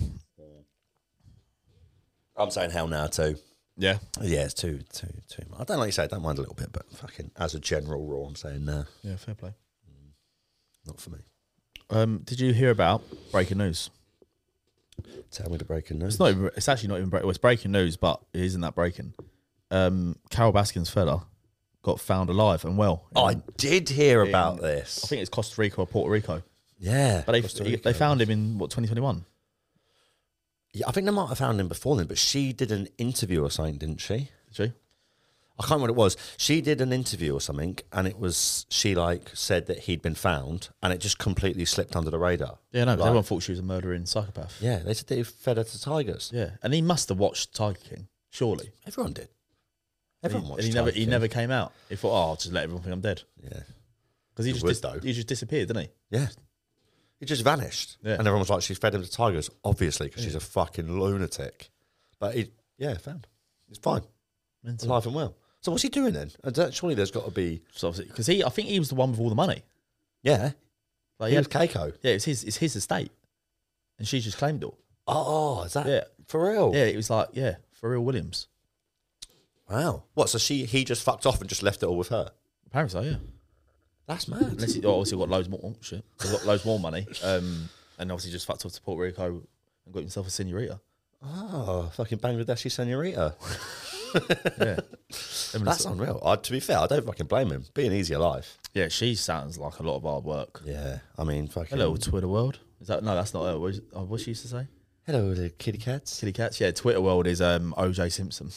I'm saying hell now too. Yeah. Yeah, it's too, too, too much. I don't like you say, I don't mind a little bit, but fucking as a general rule, I'm saying no, Yeah. Fair play. not for me. Um. Did you hear about breaking news? Tell me the breaking news. It's not. Even, it's actually not even. Break, well, it's breaking news, but it isn't that breaking. Um. Carol Baskin's fella got found alive and well. I did hear about this. I think it's Costa Rica or Puerto Rico. yeah, But they Costa they Rica. found him in what 2021. Yeah, I think they might have found him before then, but she did an interview or something, didn't she? Did you? I can't remember what it was. She did an interview or something, and it was she like said that he'd been found, and it just completely slipped under the radar. Yeah, no, 'cause Like- everyone thought she was a murdering psychopath. Yeah, they said they fed her to tigers. Yeah, and he must have watched Tiger King, surely. Everyone did. And he- Everyone watched. and he never Tiger he King. never came out. He thought, oh, I'll just let everyone think I'm dead Yeah, because he You just would, dis- though. he just disappeared, didn't he? yeah. He just vanished, Yeah. and everyone was like, "She fed him to tigers, obviously, because she's a fucking lunatic." But he, yeah, found. He's fine, Mental. alive and well. So what's he doing then? I don't- Surely there's got to be. Because he, I think he was the one with all the money. Yeah, Like, he he was had, Keiko. yeah, it's his it's his estate, and she just claimed it. all. Oh, is that Yeah. for real? Yeah, it was like yeah, for real Williams. Wow. What? So she he just fucked off and just left it all with her. Apparently, so, yeah. That's mad. Unless he oh, obviously got loads more oh, shit, He's got loads more money, um, and obviously just fucked off to Puerto Rico and got himself a senorita. Oh, fucking Bangladeshi senorita. Yeah, That's unreal. I, to be fair, I don't fucking blame him. Be an easier life. yeah. She sounds like a lot of hard work. Yeah. I mean, fucking. Hello, Twitter world. Is that no? That's not her. What, is- oh, what she used to say? Hello, little kitty cats. Kitty cats. Yeah, Twitter world is um OJ Simpson.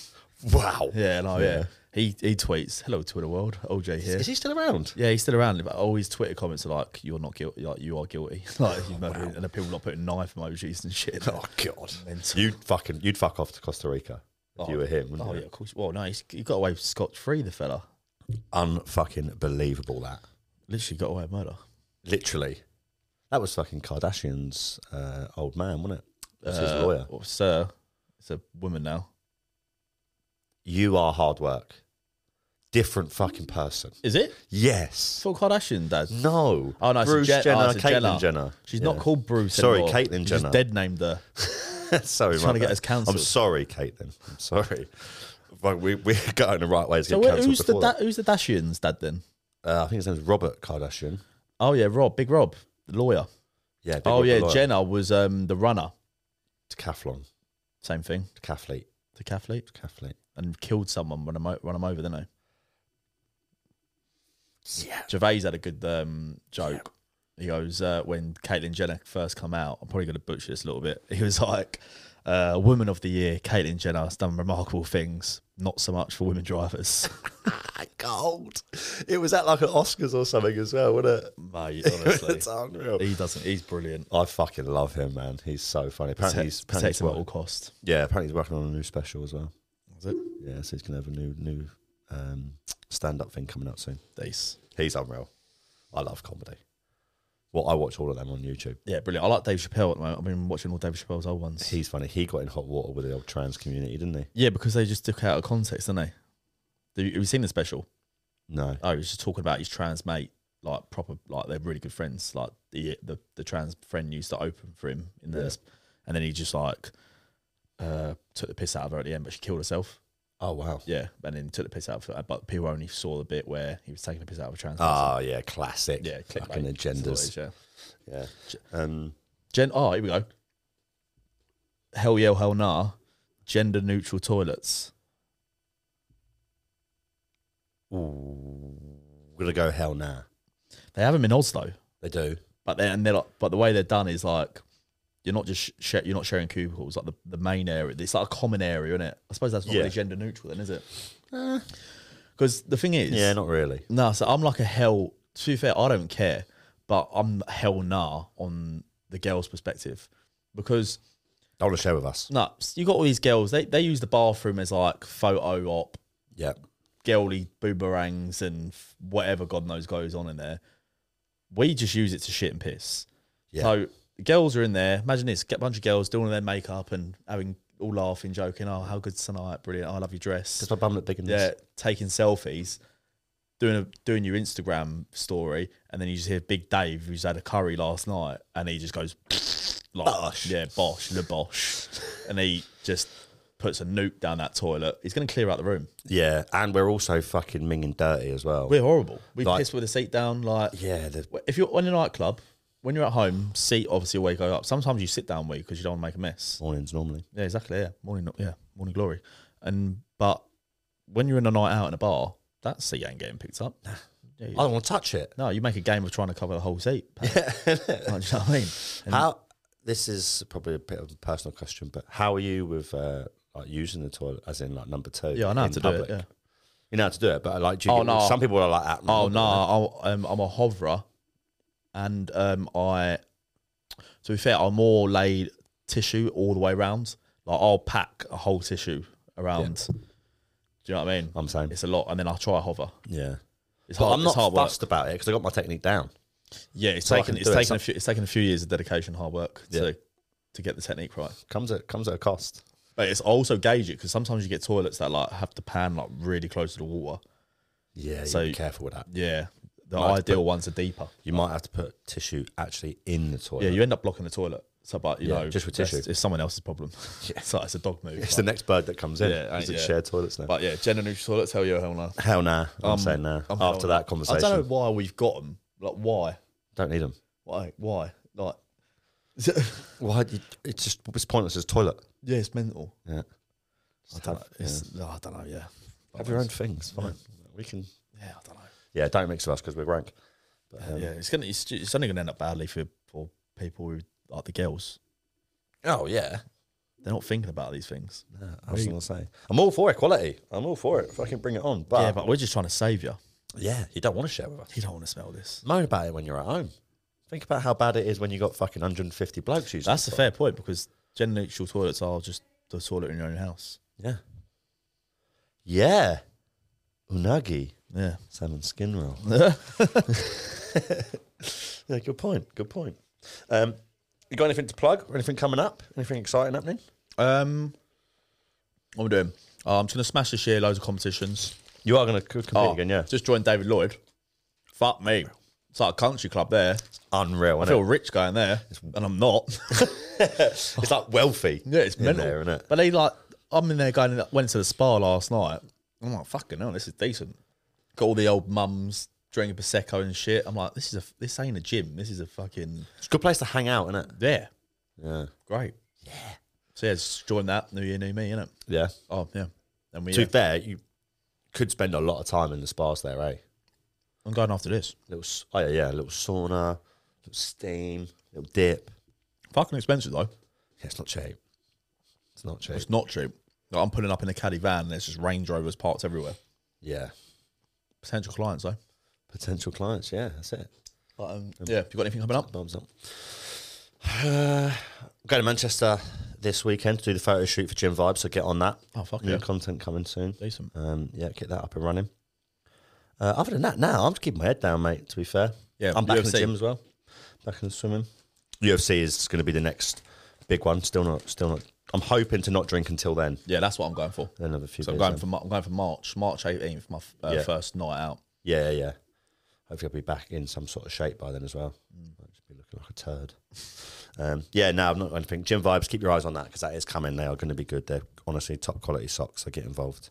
Wow. Yeah, no, yeah. He he tweets, "Hello, Twitter world. OJ here." Is he still around? Yeah, he's still around. But all his Twitter comments are like, "You're not guilty. Like you are guilty. like you murdered." And the people not putting knife emojis and shit. Oh God. You'd fucking you'd fuck off to Costa Rica if you were him. Oh wouldn't yeah, you? of course. Well, no, he's, he got away scot free. The fella Unfucking believable that. literally got away with murder. Literally. That was fucking Kardashian's uh, old man, wasn't it? That's his lawyer. Or Uh, oh, sir, it's a woman now. You are hard work. Different fucking person. Is it? Yes. It's all Kardashian, Dad. No. Oh no, it's a Bruce Jen- Jenner, oh, it's a Caitlyn Jenner. She's Yeah. not called Bruce. Sorry, anymore. Caitlyn You Jenner. Just dead named her. sorry, trying my to get bad. us cancelled. I'm sorry, Caitlin. I'm sorry. But we we're going the right way to So get where- cancelled. who's the before da- who's the Dashian's dad then? that. uh, I think his name's Robert Kardashian. Oh yeah, Rob, Big Rob, the lawyer. Yeah. big oh Robert yeah, Lloyd. Jenna was um, the runner. Decathlon, Same thing, decathlete, decathlete, decathlete. and killed someone when I run him over, didn't he? Yeah. Gervais had a good um, joke. He goes, uh, when Caitlyn Jenner first come out, I'm probably going to butcher this a little bit. He was like, uh, "Woman of the Year, Caitlyn Jenner has done remarkable things. Not so much for women drivers, Gold. It was at like an Oscars or something as well, wasn't it? mate. Honestly, It's unreal. he doesn't. He's brilliant. I fucking love him, man. He's so funny. Apparently, he's, apparently Protects he's him at working, all cost. yeah, apparently he's working on a new special as well. Is it? Yeah, so he's gonna have a new new um, stand up thing coming out soon. Dace. He's unreal. I love comedy. Well, I watch all of them on YouTube. Yeah, brilliant. I like Dave Chappelle at the moment. I've been watching all Dave Chappelle's old ones. He's funny. He got in hot water with the old trans community, didn't he? yeah, because they just took it out of context, didn't they? Do you- Have you seen the special? No. Oh, he was just talking about his trans mate, like proper, like they're really good friends. Like the the, the trans friend used to open for him in the, and then he just like uh, took the piss out of her at the end, but she killed herself. Oh wow. Yeah, and then took the piss out of her, but people only saw the bit where he was taking the piss out of a trans. Oh yeah, classic. person. yeah, clickbait. fucking That's what it agendas. is, yeah. Yeah. Um, Gen. Oh, here we go. Hell yeah, hell nah. Gender neutral toilets. ooh, gonna go hell now. They have them in Oslo. They do. But then and they're like, but the way they're done is like you're not just sh- you're not sharing cubicles like the, the main area. It's like a common area, isn't it? I suppose that's not Yeah. really gender neutral, then, is it? Eh. Because the thing is, Yeah, not really. no, so I'm like a hell. To be fair, I don't care, but I'm hell nah on the girls' perspective because I want to share with us. no, you got all these girls. They they use the bathroom as like photo op, Yeah. girly boomerangs, and f- whatever god knows goes on in there. We just use it to shit and piss. Yeah. So the girls are in there. Imagine this: get a bunch of girls doing all their makeup and having all laughing, joking. Oh, how good tonight! Brilliant! I love your dress. Does my bum look big in Yeah, this? taking selfies, doing a, doing your Instagram story, and then you just hear Big Dave who's had a curry last night, and he just goes like, Bosh. yeah, bosh, le bosh, and he just puts a nuke down that toilet. He's going to clear out the room. Yeah. And we're also fucking minging dirty as well. We're horrible. We Like- piss with a seat down. Like, yeah. The, if you're on a nightclub. When you're at home, seat obviously will wake up. Sometimes you sit down week because you don't want to make a mess. mornings normally. Yeah, exactly. Yeah, morning. Yeah, morning glory. And but when you're in a night out in a bar, that seat ain't getting picked up. Yeah, you- I don't want to touch it. no, you make a game of trying to cover the whole seat. Yeah. you know what I mean? And How? This is probably a bit of a personal question, but how are you with uh, like using the toilet as in like number two? yeah, I know how in to public? do it. Yeah. You know how to do it, but like, do you Oh, get- no. some people are like, at Oh no, I'll- um, I'm a hoverer, and um, I, to be fair, I'm more laid tissue all the way round. Like I'll pack a whole tissue around. Do you know what I mean? I'm saying, It's a lot, and then I'll try a hover. yeah. It's But hard. I'm it's not hard work. fussed about it because I got my technique down. Yeah, it's So I taken can it's do it. taken a few it's taken a few years of dedication, hard work Yeah. to to get the technique right. Comes at comes at a cost. But it's I also gauge it because sometimes you get toilets that like have the pan like really close to the water. Yeah, So- so be careful with that. Yeah, the Nice, ideal ones are deeper. You might have to put tissue actually in the toilet. Yeah, you end up blocking the toilet. So, but you Yeah, know, just with that's- tissue. it's someone else's problem. Yeah, so it's a dog move. it's but, the next bird that comes in. Yeah, Yeah, it's yeah. shared toilets now. but yeah, gender neutral toilets. Hell yeah, hell no. Hell nah. I'm saying nah. I'm After hell that no. conversation, I don't, don't know why we've got them. Like why, need them. why, why? Like, Why? do You, it's just it's pointless as toilet. yeah, it's mental. Yeah. I Just don't, have- know. It's- no, I don't know. Yeah, Have your own things. Fine. We can. yeah, I don't know. Yeah, don't mix with us because we're rank. But, um, Yeah, it's gonna it's, ju- it's only gonna end up badly for for people who like the girls. Oh yeah. They're not thinking about these things. Yeah, I was gonna say. I'm all for equality. I'm all for it. Fucking bring it on. But yeah, yeah, but we're just trying to save you. you don't want to share with us. You don't want to smell this. Moan about it when you're at home. Think about how bad it is when you got fucking 150 blokes using. That's the a fair point because gender neutral toilets are just the toilet in your own house. Yeah. Yeah. Unagi. Yeah, Salmon skin roll. yeah, good point. Good point. Um, you got anything to plug or anything coming up? Anything exciting happening? Um, what am I doing? Uh, I'm just going to smash this year loads of competitions. Oh, You are going to compete again, yeah. Just joined David Lloyd. Fuck me. It's like a country club there. Unreal, I isn't feel it? rich going there, and I'm not. It's like wealthy. Yeah, it's in mental, there, isn't it? But they like, I'm in there going. Went to the spa last night. I'm like, fucking hell, this is decent. Got all the old mums drinking prosecco and shit. I'm like, this is a this ain't a gym. This is a fucking It's a good place to hang out, isn't it? there. Yeah. Great. Yeah. So yeah, just join that. New year, new me, innit? Yeah. Oh yeah. And we. To be fair, you could spend a lot of time in the spas there, eh? I'm going after this. Little, s- oh yeah, yeah, little sauna, little steam, little dip. Fucking expensive though. Yeah, it's not cheap. It's not cheap. It's not cheap. Like, I'm pulling up in a caddy van. and There's just Range Rovers parked everywhere. Yeah. Potential clients though. Potential clients, yeah, that's it. But, um, yeah. Have you got anything coming up? Bums up. Uh, going to Manchester this weekend to do the photo shoot for Gym Vibes, so get on that. Oh fuck New yeah. content coming soon. Decent. Um, yeah, get that up and running. Uh, other than that, now I'm just keeping my head down, mate. To be fair, Yeah, I'm back in the UFC. gym as well. Back in the swimming. UFC is going to be the next big one. Still not, still not. I'm hoping to not drink until then. Yeah, that's what I'm going for. Then have a few. So I'm beers going then. for Mar- I'm going for March, March 18th, my f- uh, Yeah. first night out. Yeah, yeah, yeah. Hopefully, I'll be back in some sort of shape by then as well. Mm. Might just be looking like a turd. Um, yeah, no, I'm not going to think. Gym vibes, keep your eyes on that because that is coming. They are going to be good. They're honestly top quality socks. So get involved.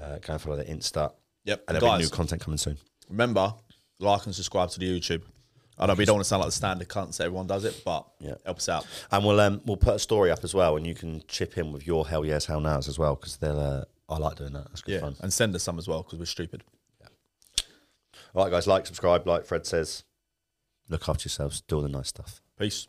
Uh, go and follow the Insta. Yep. And there'll be new guys, content coming soon. remember like and subscribe to the YouTube. I know we don't want to sound like the standard cunts that everyone does it, but Yeah. help us out. And we'll um, we'll put a story up as well, and you can chip in with your hell yes, hell nows as well because they'll. Uh, I like doing that. That's good Yeah, fun. and send us some as well because we're stupid. All right, guys, like, subscribe, like Fred says. Look after yourselves. Do all the nice stuff. Peace.